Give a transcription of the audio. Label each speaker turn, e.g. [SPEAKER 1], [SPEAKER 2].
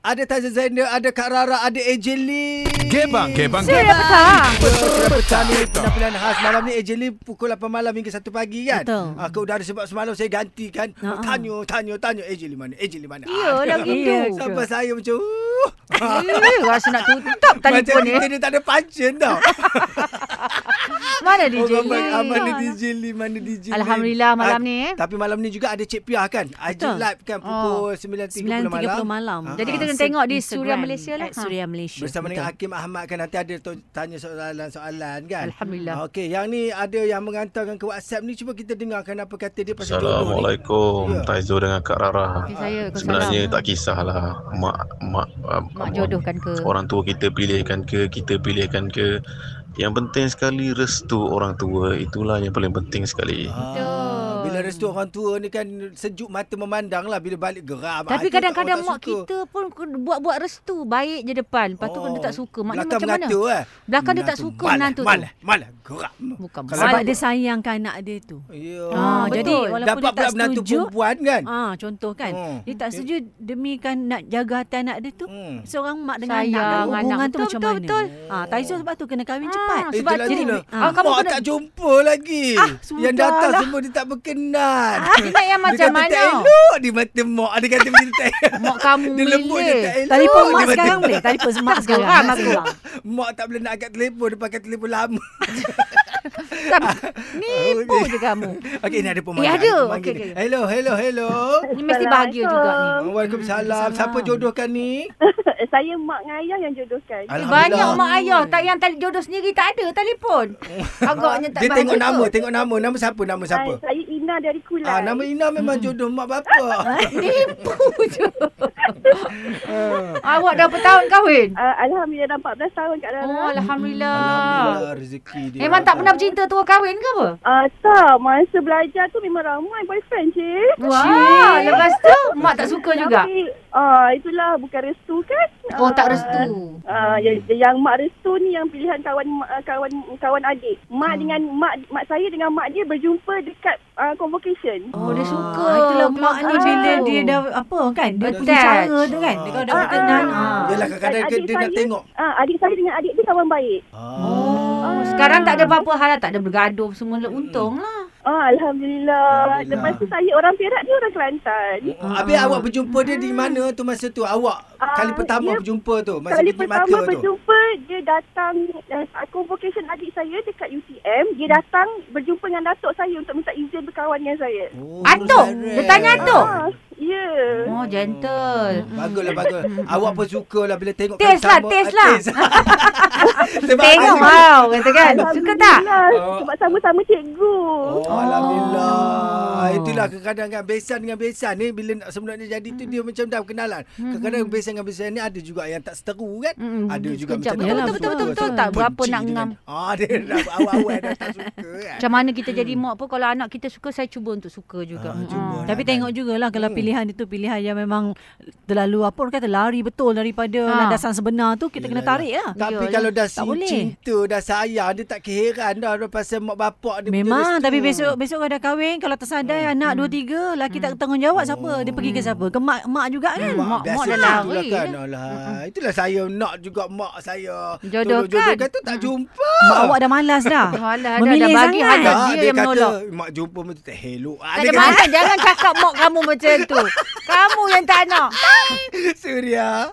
[SPEAKER 1] Ada Taza Zainal, ada Kak Rara, ada Ejeli.
[SPEAKER 2] Gebang, gebang,
[SPEAKER 3] Saya dah petang.
[SPEAKER 1] Petang ni penampilan khas malam ni Ejeli pukul 8 malam hingga 1 pagi kan?
[SPEAKER 3] Betul.
[SPEAKER 1] Ah, ke udara sebab semalam saya ganti kan?
[SPEAKER 3] Ha, ha.
[SPEAKER 1] Tanya, tanya, tanya Ejeli mana? Ejeli mana? Ah,
[SPEAKER 3] Ya, dah gitu.
[SPEAKER 1] Sampai saya macam... "Uh."
[SPEAKER 3] Eh, rasa nak tutup
[SPEAKER 1] Macam
[SPEAKER 3] telefon eh?" ni.
[SPEAKER 1] kita ni tak ada pancen tau.
[SPEAKER 3] Mana DJ
[SPEAKER 1] Orang
[SPEAKER 3] Lee?
[SPEAKER 1] main, ah, mana DJ Lee, mana DJ Lee.
[SPEAKER 3] Alhamdulillah malam
[SPEAKER 1] Ah,
[SPEAKER 3] ni, eh.
[SPEAKER 1] Tapi malam ni juga ada Cik Piah kan? IG
[SPEAKER 4] Betul.
[SPEAKER 1] Live kan
[SPEAKER 3] Oh.
[SPEAKER 1] pukul 9.30
[SPEAKER 4] 9.30
[SPEAKER 1] malam.
[SPEAKER 4] malam. malam.
[SPEAKER 1] Ah,
[SPEAKER 3] Jadi kita
[SPEAKER 1] ah.
[SPEAKER 3] kena tengok di
[SPEAKER 4] Instagram
[SPEAKER 3] Suria Malaysia lah.
[SPEAKER 4] at Suria Malaysia.
[SPEAKER 1] Bersama dengan
[SPEAKER 4] Betul.
[SPEAKER 1] Hakim Ahmad kan nanti ada to- tanya soalan-soalan kan.
[SPEAKER 3] Alhamdulillah.
[SPEAKER 1] Ah, Okey, yang ni ada yang mengantarkan ke WhatsApp ni cuba kita dengarkan apa kata dia pasal jodoh ni. Ya.
[SPEAKER 5] Assalamualaikum Taizo dengan Kak Rara
[SPEAKER 3] Okay, saya. Kau
[SPEAKER 5] Sebenarnya
[SPEAKER 3] salam.
[SPEAKER 5] tak kisahlah Mak Mak um,
[SPEAKER 3] Mak jodohkan ke?
[SPEAKER 5] Orang tua kita pilihkan ke Kita pilihkan ke Yang penting sekali restu orang tua Itulah yang paling penting sekali
[SPEAKER 1] Ah, bila restu orang tua ni kan sejuk mata memandang lah bila balik geram.
[SPEAKER 3] Tapi
[SPEAKER 1] Aduh,
[SPEAKER 3] kadang-kadang
[SPEAKER 1] tak-
[SPEAKER 3] mak
[SPEAKER 1] tak suka.
[SPEAKER 3] kita pun ke- buat-buat restu. Baik je depan. Lepas tu oh. dia tak suka. Maknanya
[SPEAKER 1] Belakang
[SPEAKER 3] macam mana?
[SPEAKER 1] mengatur, Eh.
[SPEAKER 3] Belakang dia tak suka menantu tu.
[SPEAKER 1] malah, tu. Malah, malah geram.
[SPEAKER 3] Bukan
[SPEAKER 1] Kalau
[SPEAKER 4] Sebab
[SPEAKER 1] dapat-
[SPEAKER 4] dia sayangkan anak dia tu.
[SPEAKER 1] Ya.
[SPEAKER 4] Ah,
[SPEAKER 3] betul.
[SPEAKER 4] jadi walaupun
[SPEAKER 1] dapat
[SPEAKER 4] dia
[SPEAKER 1] pula
[SPEAKER 4] tak
[SPEAKER 1] menantu
[SPEAKER 4] setuju,
[SPEAKER 1] perempuan kan.
[SPEAKER 4] ah contoh kan,
[SPEAKER 1] Hmm.
[SPEAKER 4] dia tak setuju demi kan nak jaga hati anak dia tu.
[SPEAKER 1] Hmm.
[SPEAKER 4] Seorang mak dengan
[SPEAKER 3] Sayang
[SPEAKER 4] anak,
[SPEAKER 3] anak.
[SPEAKER 4] hubungan tu
[SPEAKER 3] Betul,
[SPEAKER 4] macam
[SPEAKER 3] betul,
[SPEAKER 4] mana?
[SPEAKER 3] betul.
[SPEAKER 4] Ah, Taizo sebab tu kena
[SPEAKER 3] Ah,
[SPEAKER 4] kahwin cepat.
[SPEAKER 3] sebab
[SPEAKER 1] Sebab tu
[SPEAKER 3] tu-
[SPEAKER 1] lah.
[SPEAKER 4] Ah,
[SPEAKER 1] kamu
[SPEAKER 3] kamu kena-
[SPEAKER 1] tak jumpa lagi.
[SPEAKER 4] Ah,
[SPEAKER 1] yang
[SPEAKER 4] sudahlah.
[SPEAKER 1] datang semua dia tak berkenan.
[SPEAKER 3] Kita yang
[SPEAKER 1] dia
[SPEAKER 3] macam
[SPEAKER 1] kata
[SPEAKER 3] mana?
[SPEAKER 1] tak elok di mata mak. Dia kata begitu tak elok.
[SPEAKER 3] Mak kamu
[SPEAKER 1] Dia lembut dia tak
[SPEAKER 3] milih.
[SPEAKER 1] elok.
[SPEAKER 4] Telefon
[SPEAKER 1] di
[SPEAKER 4] mak
[SPEAKER 1] mata
[SPEAKER 4] sekarang boleh? Telefon mak sekarang.
[SPEAKER 3] Geram
[SPEAKER 4] mak
[SPEAKER 3] aku.
[SPEAKER 4] sekarang.
[SPEAKER 1] Mak tak boleh nak angkat telefon. Dia pakai telefon lama.
[SPEAKER 3] Tapi nipu
[SPEAKER 1] Okey.
[SPEAKER 3] je kamu.
[SPEAKER 1] Okey, ini ada pemanggil.
[SPEAKER 3] Hmm. Eh, ada.
[SPEAKER 1] pemanggil
[SPEAKER 3] Okey,
[SPEAKER 1] ni.
[SPEAKER 3] okey.
[SPEAKER 1] Hello, hello, hello.
[SPEAKER 3] Ni mesti bahagia juga ni.
[SPEAKER 1] Waalaikumsalam. Siapa jodohkan ni?
[SPEAKER 6] Saya mak dengan ayah yang jodohkan.
[SPEAKER 3] Eh, Banyak mak ayah tak yang tali, jodoh sendiri tak ada telefon. Agaknya tak
[SPEAKER 1] Dia
[SPEAKER 3] bahagia
[SPEAKER 1] tengok
[SPEAKER 3] tu.
[SPEAKER 1] nama, tengok nama. Nama siapa? Nama siapa?
[SPEAKER 6] Hai, saya Ina dari Kulai.
[SPEAKER 1] Ah, nama Ina memang
[SPEAKER 3] Hmm.
[SPEAKER 1] jodoh mak bapa.
[SPEAKER 3] Tipu je. Awak dah berapa tahun kahwin?
[SPEAKER 6] Uh, Alhamdulillah dah 14 tahun Kak Rara.
[SPEAKER 3] Oh, Alhamdulillah.
[SPEAKER 1] Alhamdulillah Ya, rezeki dia.
[SPEAKER 3] Ah. Memang tak pernah bercinta tu kahwin ke apa?
[SPEAKER 6] Ah, tak, masa belajar tu memang ramai boyfriend, cik.
[SPEAKER 3] Wah, lepas tu mak tak suka juga.
[SPEAKER 6] Tapi, ah, itulah bukan restu kan?
[SPEAKER 3] Oh,
[SPEAKER 6] Ah,
[SPEAKER 3] tak restu.
[SPEAKER 6] Ah, yang, yang mak restu ni yang pilihan kawan ma- ah, kawan kawan adik. Mak
[SPEAKER 3] Hmm.
[SPEAKER 6] dengan mak mak saya dengan mak dia berjumpa dekat ah, convocation.
[SPEAKER 3] Oh, dia suka.
[SPEAKER 4] Ah, itulah mak ni
[SPEAKER 3] Belakang
[SPEAKER 4] bila
[SPEAKER 3] tu.
[SPEAKER 4] dia dah apa kan, dia punya
[SPEAKER 3] Attached.
[SPEAKER 4] cara tu kan. Dia kalau dah
[SPEAKER 6] Ah,
[SPEAKER 4] berkenan.
[SPEAKER 6] ah.
[SPEAKER 4] ah.
[SPEAKER 1] Yelah kadang-kadang dia,
[SPEAKER 6] Adik
[SPEAKER 1] dia nak
[SPEAKER 6] saya-
[SPEAKER 1] tengok.
[SPEAKER 6] Ah, adik saya dengan adik dia kawan baik.
[SPEAKER 1] Ah.
[SPEAKER 3] Oh, sekarang tak ada apa-apa hal lah. Tak ada bergaduh semua lah. Untung lah.
[SPEAKER 6] Ah, Alhamdulillah.
[SPEAKER 1] Alhamdulillah.
[SPEAKER 6] Lepas tu saya orang Perak, dia orang Kelantan.
[SPEAKER 1] Ah, Habis awak berjumpa dia di mana tu masa tu? Awak
[SPEAKER 6] Ah,
[SPEAKER 1] kali pertama
[SPEAKER 6] dia-
[SPEAKER 1] berjumpa tu? Masa
[SPEAKER 6] Kali
[SPEAKER 1] kejap
[SPEAKER 6] pertama
[SPEAKER 1] mata tu?
[SPEAKER 6] berjumpa dia datang uh, convocation adik saya dekat UTM dia
[SPEAKER 1] Hmm.
[SPEAKER 6] datang berjumpa dengan datuk saya untuk minta izin berkawan dengan saya.
[SPEAKER 1] Oh,
[SPEAKER 3] Atuk.
[SPEAKER 1] direct.
[SPEAKER 3] Dia tanya atuk.
[SPEAKER 1] Hmm.
[SPEAKER 6] Ah, ya. Yeah.
[SPEAKER 3] Oh, gentle.
[SPEAKER 1] Baguslah, bagus. Awak pun suka lah bila tengok Ah,
[SPEAKER 3] Taste lah, taste lah.
[SPEAKER 1] Sebab
[SPEAKER 3] Tengok
[SPEAKER 1] ada-
[SPEAKER 3] wow, kata kan. Suka tak?
[SPEAKER 6] Alhamdulillah,
[SPEAKER 1] Oh.
[SPEAKER 6] Sebab sama-sama cikgu.
[SPEAKER 1] Oh, Alhamdulillah.
[SPEAKER 3] Oh.
[SPEAKER 1] Itulah kadang-kadang kan besan dengan besan ni bila nak- sebenarnya jadi tu dia
[SPEAKER 3] Hmm.
[SPEAKER 1] macam dah berkenalan. Kadang-kadang besan dengan besan ni ada juga yang tak seteru kan?
[SPEAKER 3] Mm-mm,
[SPEAKER 1] Ada
[SPEAKER 3] betul,
[SPEAKER 1] juga
[SPEAKER 3] Hmm, sekejap.
[SPEAKER 1] macam
[SPEAKER 3] Betul,
[SPEAKER 1] tak
[SPEAKER 3] betul, betul,
[SPEAKER 1] suka,
[SPEAKER 3] betul,
[SPEAKER 1] macam
[SPEAKER 3] tak berapa
[SPEAKER 1] benci
[SPEAKER 3] nak
[SPEAKER 1] dengan-
[SPEAKER 3] ngam.
[SPEAKER 1] Ah, dia dah awal-awal dah tak suka kan?
[SPEAKER 3] Macam mana kita jadi mak pun kalau anak kita suka saya cuba untuk suka juga.
[SPEAKER 1] Ah,
[SPEAKER 3] Mm-mm.
[SPEAKER 1] cuba.
[SPEAKER 4] Tapi tengok jugalah
[SPEAKER 1] Hmm.
[SPEAKER 4] kalau pilihan itu pilihan yang memang terlalu apa orang kata lari betul daripada
[SPEAKER 3] Ha.
[SPEAKER 4] landasan sebenar tu kita kena
[SPEAKER 1] Yelah,
[SPEAKER 4] tarik lah.
[SPEAKER 1] Tapi
[SPEAKER 3] Yalah,
[SPEAKER 1] kalau dah
[SPEAKER 4] tak
[SPEAKER 1] si
[SPEAKER 4] boleh.
[SPEAKER 1] cinta, dah sayang, dia tak keheran dah dah pasal mak bapak dia. punya
[SPEAKER 4] Memang
[SPEAKER 1] restu.
[SPEAKER 4] tapi besok besok kalau dah kahwin kalau tersadai anak dua tiga laki tak tanggungjawab siapa dia pergi ke siapa ke mak mak juga kan.
[SPEAKER 1] Hmm, Mak, mak,
[SPEAKER 3] mak- mak
[SPEAKER 1] mak
[SPEAKER 3] dah
[SPEAKER 1] Itulah
[SPEAKER 3] lari
[SPEAKER 1] kan.
[SPEAKER 3] dah.
[SPEAKER 1] Alah, itulah saya nak juga mak saya.
[SPEAKER 3] Jodohkan.
[SPEAKER 1] Jodoh-jodohkan tu tak jumpa.
[SPEAKER 4] Mak awak kan dah malas dah.
[SPEAKER 3] Alah, dah,
[SPEAKER 4] Memilih
[SPEAKER 3] dah bagi
[SPEAKER 4] sangat.
[SPEAKER 3] hajat. dia yang
[SPEAKER 1] kata,
[SPEAKER 3] menolong.
[SPEAKER 1] mak jumpa pun tak hello. Ah,
[SPEAKER 3] Tak
[SPEAKER 1] dia
[SPEAKER 3] ada
[SPEAKER 1] kata,
[SPEAKER 3] masa. Jangan cakap mak kamu macam tu. Kamu yang tak nak.
[SPEAKER 1] Suria.